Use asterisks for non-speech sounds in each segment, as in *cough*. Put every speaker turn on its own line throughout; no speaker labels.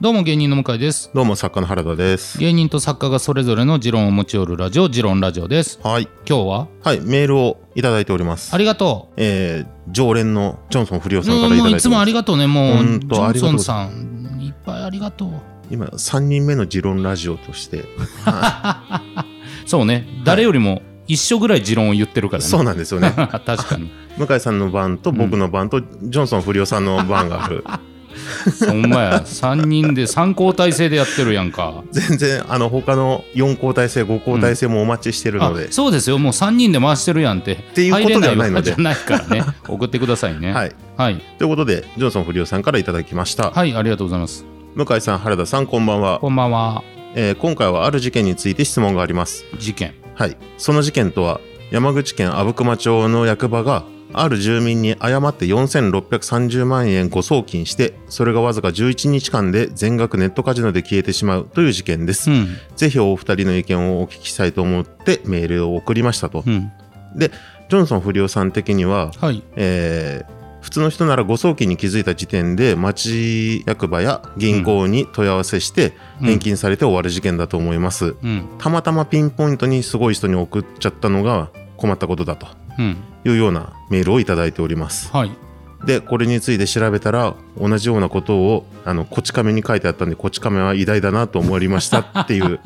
どうも芸人の向井です
どうも作家の原田です。
芸人と作家がそれぞれの持論を持ち寄るラジオ持論ラジオです
はい、
今日は
はい、メールをいただいております。
ありがと
えー、常連のジョンソン不良
う
さんからいた
も
だ
う
いて
いつもあり
が
がとうねもう
ほん
ジ
と
ョ
あ
ン
り
ソ
がとう
ンさんいっぱいありがとう
今三人目の持論ラジオとして、
そうね誰よりも一緒ぐらい持論を言ってるからね
そうなんですよね。
*laughs* 確かに
向井さんの番と僕の番とジョンソン不良さんの番があ
*laughs*
る。
ほんまや3人で3交代制でやってるやんか
全然あの他の四交代制、五交代制もお待ちしてる
あ
ので、
そうですよもう3人で回してるやんって
ていうことではないので
入れないわけじゃない
*laughs*
からね送ってくださいね
はい。
はい、
ということでジョンソン不良さんからいただきました。
はい、ありがとうございます
向井さん、原田さん、こんばんは。
こんばんは
えー今回はある事件について質問があります。
事件
はい、その事件とは山口県阿武隈町の役場がある住民に誤って4630万円誤送金してそれがわずか11日間で全額ネットカジノで消えてしまうという事件です、
うん
ぜひお二人の意見をお聞きしたいと思ってメールを送りましたと、
うん
ジョンソン不良さん的には、
はい
えー普通の人なら誤送金に気づいた時点で町役場や銀行に問い合わせして
うん
返金されて終わる事件だと思います、
うん
たまたまピンポイントにすごい人に送っちゃったのが困ったことだと
うん
いうようなメールをいただいております
はい
でこれについて調べたら同じようなことをあのこち亀に書いてあったんでこち亀は偉大だなと思いましたっていう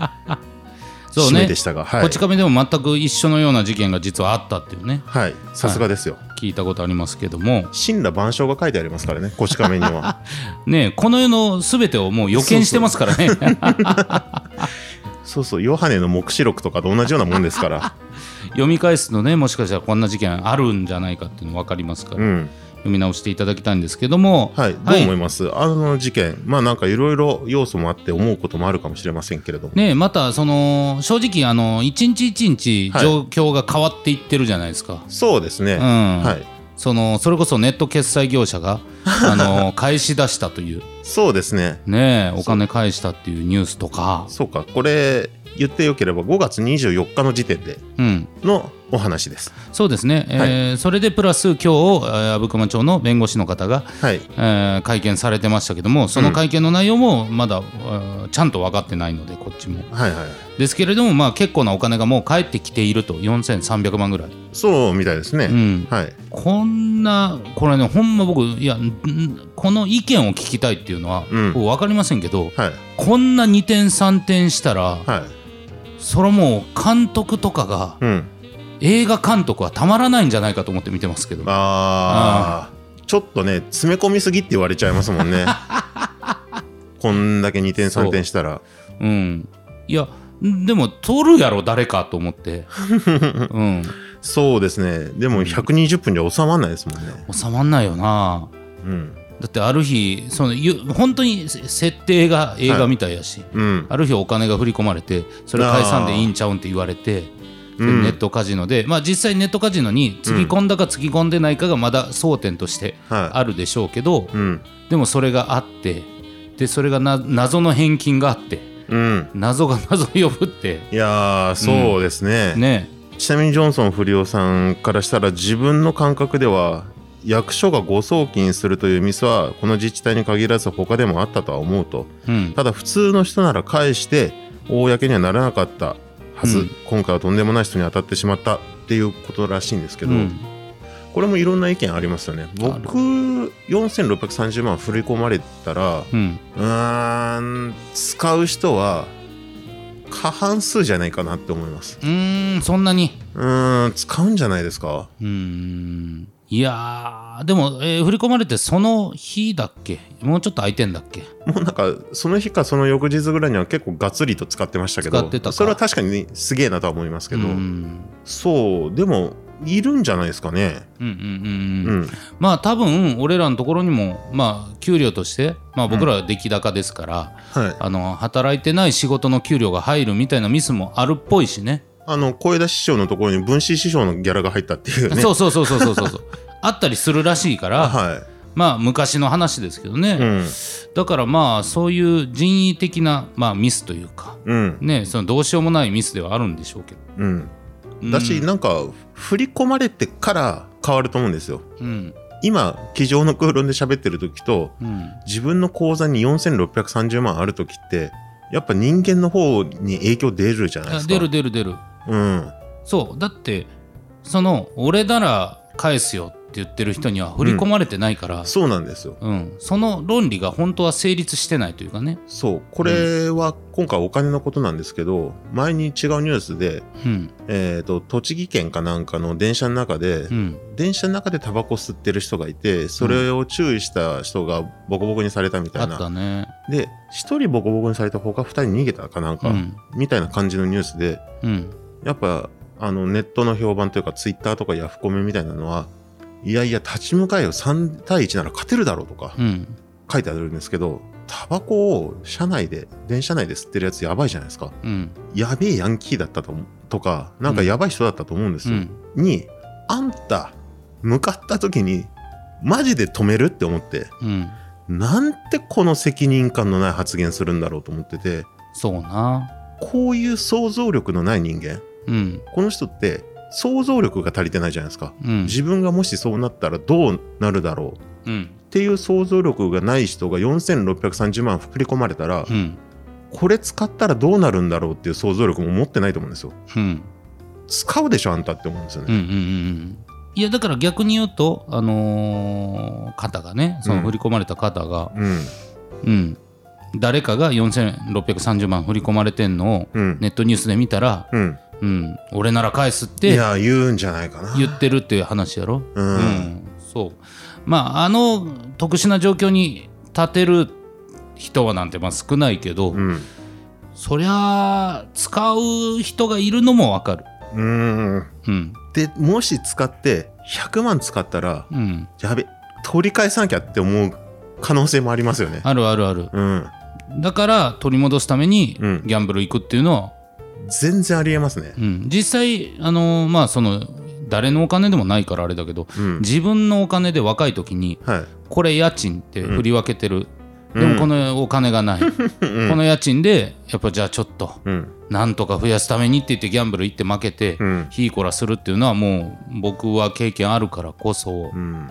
*laughs* そう
締め
ね
でしたが、は
こ
い
ち、亀でも全く一緒のような事件が実はあったっていうね
はい、さすがですよ
聞いたことありますけども
神羅万象が書いてありますからねこち亀
*laughs*
には
ねえこの世の全てをもう予見してます
*laughs*
からね
そうそうヨハネの黙示録とかと同じようなもんですから
*laughs* 読み返すとねもしかしたらこんな事件あるんじゃないかっていうの分かりますから、
うん
読み直していただきたいんですけども
はいどう思います、あの事件まあなんかいろいろ要素もあって思うこともあるかもしれませんけれども、
ねえまたその正直あの一日一日
はい
状況が変わっていってるじゃないですか、
そうですね、
うん
はい
そのそれこそネット決済業者
*laughs*
があの返し出したという
そうですね
ねえお金返したっていうニュースとか
そうか、これ言ってよければ5月24日の時点で
うん
のお話です。
そうですね、えーそれでプラス今日えー阿武隈町の弁護士の方が、
はい、
えー会見されてましたけどもその会見の内容もまだ、えーちゃんと分かってないのでこっちも
はいはい。
ですけれども、まあ、結構なお金がもう返ってきていると4300万ぐらい、
そうみたいですね。
うん、
はい。
こんなこれねほんま僕いやんこの意見を聞きたいっていうのは、
うん
僕分かりませんけど
はい。
こんな2点3点したら
はい。
それもう監督とかが
うん。
映画監督はたまらないんじゃないかと思って見てますけど
あーちょっとね、詰め込みすぎって言われちゃいますもん *laughs* ね。こんだけ2点3点したら。
うん、いやでも取るやろ誰かと思
*laughs*
って、うん、
そうですね。でも120分じゃ収まらないですもんね。
収まんないよな
うん。
だってある日そのゆ本当にせ設定が映画みたいやし、
うん。
ある日お金が振り込まれてそれ返さんでいいんちゃうんって言われて。で
うん
ネットカジノで、まあ、実際ネットカジノにつぎ込んだかつぎ込んでないかがまだ争点として
は
あるでしょうけど
い。うん。
でもそれがあってでそれがな謎の返金があって
うん。
謎が *laughs* 謎を呼ぶって
いやー、そうですね。
ね
ちなみにジョンソン不良さんからしたら自分の感覚では役所が誤送金するというミスはこの自治体に限らず他でもあったとは思うと
うん、
ただ普通の人なら返して公にはならなかったはず、
うん
今回はとんでもない人に当たってしまったっていうことらしいんですけど、
うん
これもいろんな意見ありますよね
ある
僕4630万振り込まれたら
うん、
うーん使う人は過半数じゃないかなって思います
うーんそんなに
うーん使うんじゃないですか
うーんいやーでも、えー振り込まれてその日だっけもうちょっと空いてんだっけ
もうなんかその日かその翌日ぐらいには結構ガツリと使ってましたけど
使ってたか
それは確かにね、すげえなとは思いますけど、
うんうん
そうでもいるんじゃないですかね
うんうん
う
うん
ん
まあ多分俺らのところにもまあ給料として、まあ、僕らは出来高ですから、
はい
あの働いてない仕事の給料が入るみたいなミスもあるっぽいしね
あの声出し師匠のところに分子師匠のギャラが入ったっていうね
そうそうそうそうそうそうあったりするらしいから、
は
*laughs* まあ昔の話ですけどね、
いうん
だからまあそういう人為的な、まあ、ミスというか
うん
ねそのどうしようもないミスではあるんでしょうけど
うん
うん
だし、なんか振り込まれてから変わると思うんですよ
うん
今、机上の空論で喋ってる時と、
うん
自分の口座に4630万ある時って、やっぱ人間の方に影響出るじゃないで
あ
すか。
出る。出る出る
うん。
そうだってその俺なら返すよって言ってる人には振り込まれてないから、
そうなんですよ。
うんその論理が本当は成立してないというかね、
そう。これは今回お金のことなんですけど、前に違うニュースで、
うん
えっ、と、栃木県かなんかの電車の中で
う、ん、
電車の中でタバコ吸ってる人がいて、それを注意した人がボコボコにされたみた
あ
い
っ
な。
たね
で、一人ボコボコにされた他二人逃げたかなん
う
か、
ん
みたいな感じのニュースで、
うん
やっぱ、あの、ネットの評判というか、ツイッターとかヤフコメみたいなのは、いやいや、立ち向かえよ、3対1なら勝てるだろうとか
うん
書いてあるんですけど、タバコを車内で、電車内で吸ってるやつやばいじゃないですか。
うん
やべえヤンキーだったと思うとか、なんかやばい人だったと思うんです
う
よ。
ん
に、あんた、向かった時に、マジで止めるって思って、
うん
なんてこの責任感のない発言するんだろうと思ってて、
そうな
こういう想像力のない人間、
うん
この人って想像力が足りてないじゃないですか。
うん
自分がもしそうなったらどうなるだろうっ
うん
ていう想像力がない人が4630万振り込まれたら、
うん
これ使ったらどうなるんだろうっていう想像力も持ってないと思うんですよ。
うん
使うでしょあんたって思うんですよ
うん
ね。
うんうんうんいやだから逆に言うと、あのー方がねその振り込まれた方が、
うん。
うん誰かが4630万振り込まれてんのを
うん。
ネットニュースで見たら、
うん。
うん、俺なら返すっ
い
て
や、言うんじゃないかな。
言ってるっていう話やろ。
うん
そうまああの特殊な状況に立てる人はなんてまあ少ないけど、
うん。
そりゃ使う人がいるのもわかる。
うん。
うん
で、もし使って100万使ったら、
うん、
やべ、取り返さなきゃって思う可能性もありますよね。
あるあるある。
うん。
だから取り戻すためにギ
うん
ャンブル行くっていうのは、
全然ありえますね
う。ん、実際あのまあその誰のお金でもないからあれだけど
うん。
自分のお金で若い時に
はい。
これ家賃って振り分けてる、
うん
でもこのお金がない、
うん
この家賃でやっぱじゃあちょっと
うん。
なんとか増やすためにって言ってギャンブル行って負けて、
うん。
ひいこらするっていうのはもう僕は経験あるからこそ、
うん。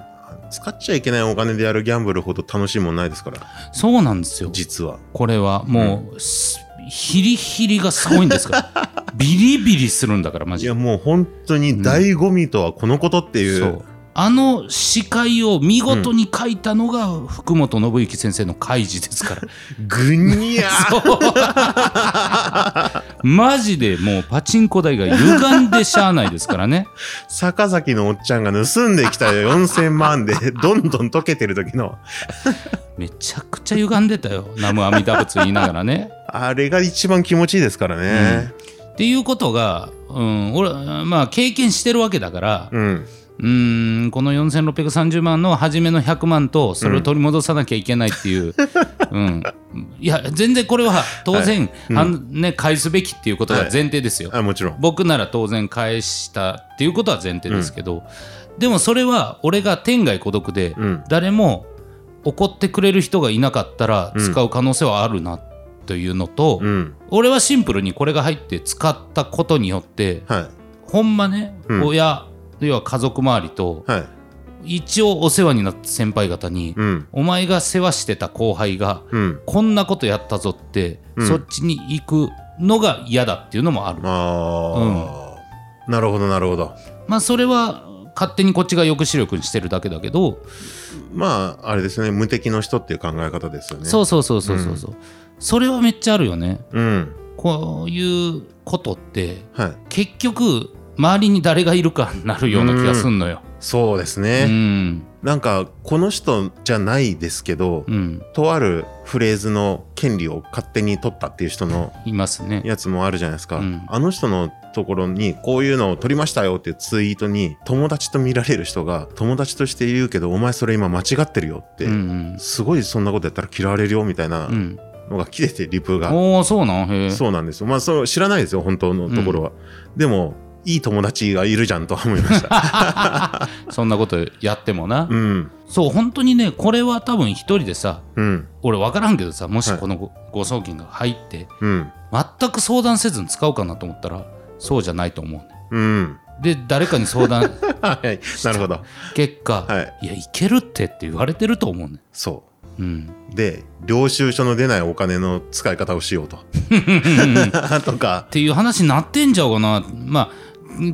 使っちゃいけないお金でやるギャンブルほど楽しいもんないですから、
そうなんですよ
実は。
これはもう、すヒリヒリがすごいんですから
*laughs*
ビリビリするんだからマ
い
ジで
や、もう本当に醍醐味とはこのことっていう。
そうあの司会を見事に書いたのが福本信之先生の開示です
*laughs*
から
ぐにゃー
*laughs* マジでもうパチンコ台が歪んでしゃあないですからね
坂崎のおっちゃんが盗んできた4000万で、どんどん溶けてる時の、
めちゃくちゃ歪んでたよナムアミダ仏言いながらね
あれが一番気持ちいいですからね。
っていうことが、うん、俺まあ経験してるわけだから
うん。
うーんこの4630万の初めの100万とそれを取り戻さなきゃいけないっていう、うんいや全然これは当然、
うん
あのね、返すべきっていうことが前提ですよ、
あ、もちろん。
僕なら当然返したっていうことは前提ですけど、でもそれは俺が天涯孤独で
うん。
誰も怒ってくれる人がいなかったら
うん
使う可能性はあるなというのと、
うん。
俺はシンプルにこれが入って使ったことによって
は
ほんまね、
うん
親要は家族周りと
い。はい。
一応お世話になった先輩方に、
うん。
お前が世話してた後輩が
うん。
こんなことやったぞって、
うん
そっちに行くのが嫌だっていうのもある、
ああ、なるほど、なるほど。
まあそれは勝手にこっちが抑止力にしてるだけだけど、
まあ、あれですね、無敵の人っていう考え方ですよね。
そうそうそうそうそうそうそれはめっちゃあるよね
うん。
こういうことって
はい。
結局周りに誰がいるかになるような気がすんのよ、
そうです
う
ね。
ん
なんか、この人じゃないですけど、
うん、
とあるフレーズの権利を勝手に取ったっていう人の
いますね
やつもあるじゃないですか。
うん
あの人のところに、こういうのを取りましたよっていうツイートに、友達と見られる人が、友達として言うけど、お前それ今間違ってるよって、
うん
すごいそんなことやったら嫌われるよみたいな
うんうん、
のが来てて、リプが。
おおそうなんへえ
そうなんですよ。まあ、そう知らないですよ、本当のところは。でも、いい友達がいるじゃんとは思いま
*laughs*
した。
そんなことやってもな、
うん。
そう本当にねこれは多分一人でさ
うん。
俺分からんけどさもし
はい
このご誤送金が入って
うん。
全く相談せずに使うかなと思ったらそうじゃないと思うね
うん。
で誰かに相
*laughs*
談
はい、なるほど。
結果、、
はい
やいけるってって言われてると思うねん
そ
うん
う。で、領収書の出ないお金の使い方を
*laughs*
しようと。 *laughs* とか
っ、ていう話になってんじゃうかなまあ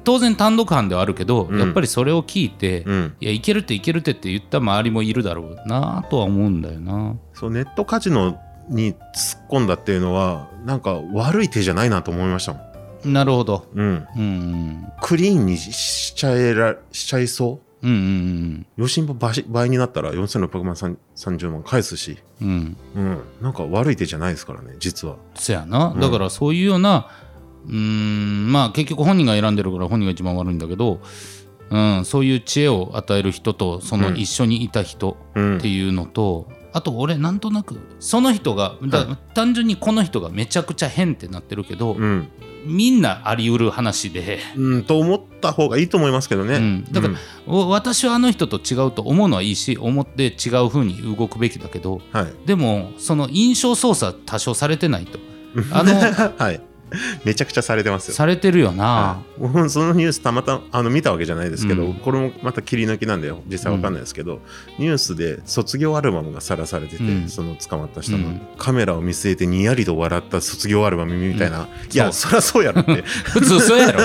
当然単独犯ではあるけど、
ん
やっぱりそれを聞いて、
うん。
いやいけるっていけるってって言った周りもいるだろうなとは思うんだよな
そう、ネットカジノに突っ込んだっていうのは、なんか悪い手じゃないなと思いましたもん。
なるほど
うん。
うんうん
クリーンにしちゃえら、しちゃいそ
う
う。
んうん
余震も倍倍になったら4600万さん30万返すし、
うんうん
うん、なんか悪い手じゃないですからね実は
そやな、
うん
だからそういうようなうーんまあ結局本人が選んでるから本人が一番悪いんだけど、うん、そういう知恵を与える人とその
うん
一緒にいた人
うん
っていうのと、あと俺なんとなくその人がだ単純にこの人がめちゃくちゃ変ってなってるけど、
うん、
みんなあり得る話で、
うん、と思った方がいいと思いますけどね、
うんだから、お私はあの人と違うと思うのはいいし思って違う風に動くべきだけど
らはい
でもその印象操作多少されてないとあの
*laughs* はいめちゃくちゃされてますよ
されてるよな、
はい僕もそのニュースたまたまあの見たわけじゃないですけど、
うん
これもまた切り抜きなんで実際わかんないですけど、ニュースで卒業アルバムがさらされてて、
うん
その捕まった人の、
うん
カメラを見据えてにやりと笑った卒業アルバムみたいな、いや
そ
そりゃそうやろって
*laughs* 普通そう
*laughs*
やろ、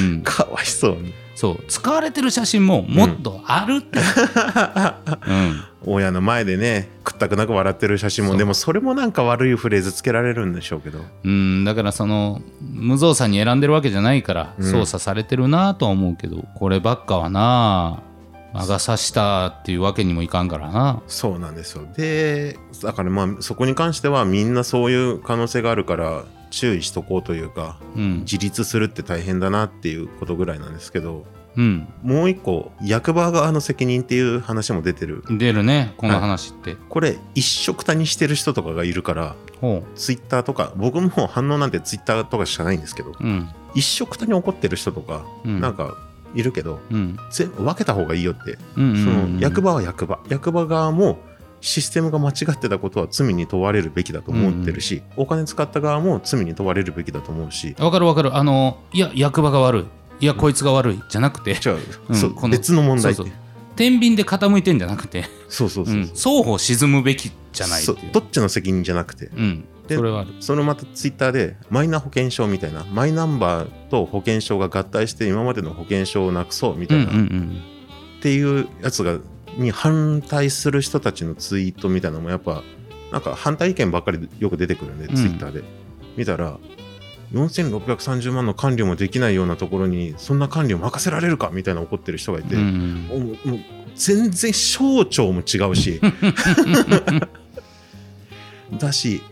うん、
かわいそうに
そう使われてる写真ももっとあるって、うん
親の前でねくったくなく笑ってる写真
そ
も
う
でもそれもなんか悪いフレーズつけられるんでしょうけど
うん、だからその無造作に選んでるわけじゃないから
うん
操作されてるなとは思うけど、こればっかはな魔が差したっていうわけにもいかんからな
そうなんですよでだからまあそこに関してはみんなそういう可能性があるから注意しとこうというか
うん
自立するって大変だなっていうことぐらいなんですけど
うん
もう一個役場側の責任っていう話も出てる
出るねこの話って、
これ一緒くたにしてる人とかがいるから
ほ
ツイッターとか僕も反応なんてツイッターとかしかないんですけど
ううん
一緒くたに怒ってる人とか
うん
なんかいるけど
うん
全部分けた方がいいよって
うんうん
そ
うん
の役場は役場役場側もシステムが間違ってたことは罪に問われるべきだと思ってるし、お金使った側も罪に問われるべきだと思うし
わかるわかるあのいや役場が悪いいやこいつが悪いじゃなくて
違う、
うん
そう
この
別の問題って
そう天秤で傾いてんじゃなくて
そうそうそう
うん双方沈むべきじゃないって
そ
いう
うどっちの責任じゃなくて
うん
で
それはある
そのまたツイッターでマイナ保険証みたいなマイナンバーと保険証が合体して今までの保険証をなくそうみ
う
た
んう
い
ん
な、
う
っ
ん
ていうやつがに反対する人たちのツイートみたいなのもやっぱなんか反対意見ばっかりよく出てくるんで、
うん
ツイッターで見たら4630万の管理もできないようなところにそんな管理を任せられるかみたいな怒ってる人がいて、
うんうん
もうもう全然省庁も違うしだし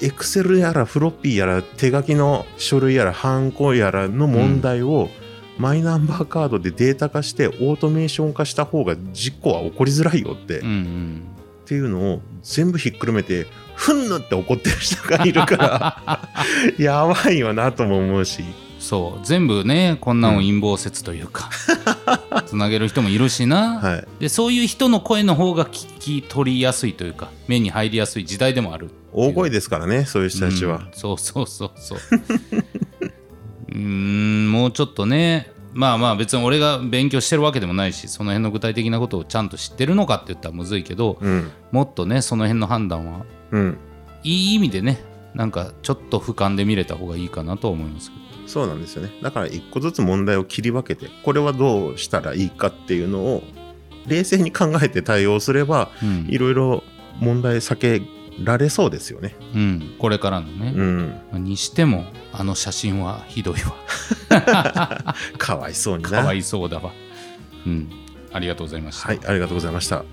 エクセルやらフロッピーやら手書きの書類やらハンコやらの問題を、マイナンバーカードでデータ化してオートメーション化した方が事故は起こりづらいよって、
うんう
っ
ん
ていうのを全部ひっくるめてふんぬって怒ってる人がいるからやばいよなとも思うし
そう全部ねこんなんを
うん
陰謀説という
*laughs*
か、つなげる人もいるしな、
はい
でそういう人の声の方が聞き取りやすいというか目に入りやすい時代でもある
大声ですからねそういう人たちは
うん、そうそうそうそう *laughs* うーんもうちょっとねまあまあ別に俺が勉強してるわけでもないしその辺の具体的なことをちゃんと知ってるのかって言ったらむずいけど
うん
もっとねその辺の判断は
うん
いい意味でねなんかちょっと俯瞰で見れた方がいいかなと思いますけど
そうなんですよね。だから一個ずつ問題を切り分けて、これはどうしたらいいかっていうのを冷静に考えて対応すれば、
うん
いろいろ問題避けられそうですよね。
うん、これからのね、
うん。
にしてもあの写真はひどいわ
かわいそうにな。
かわいそうだわうんありがとうございました
はい、ありがとうございました。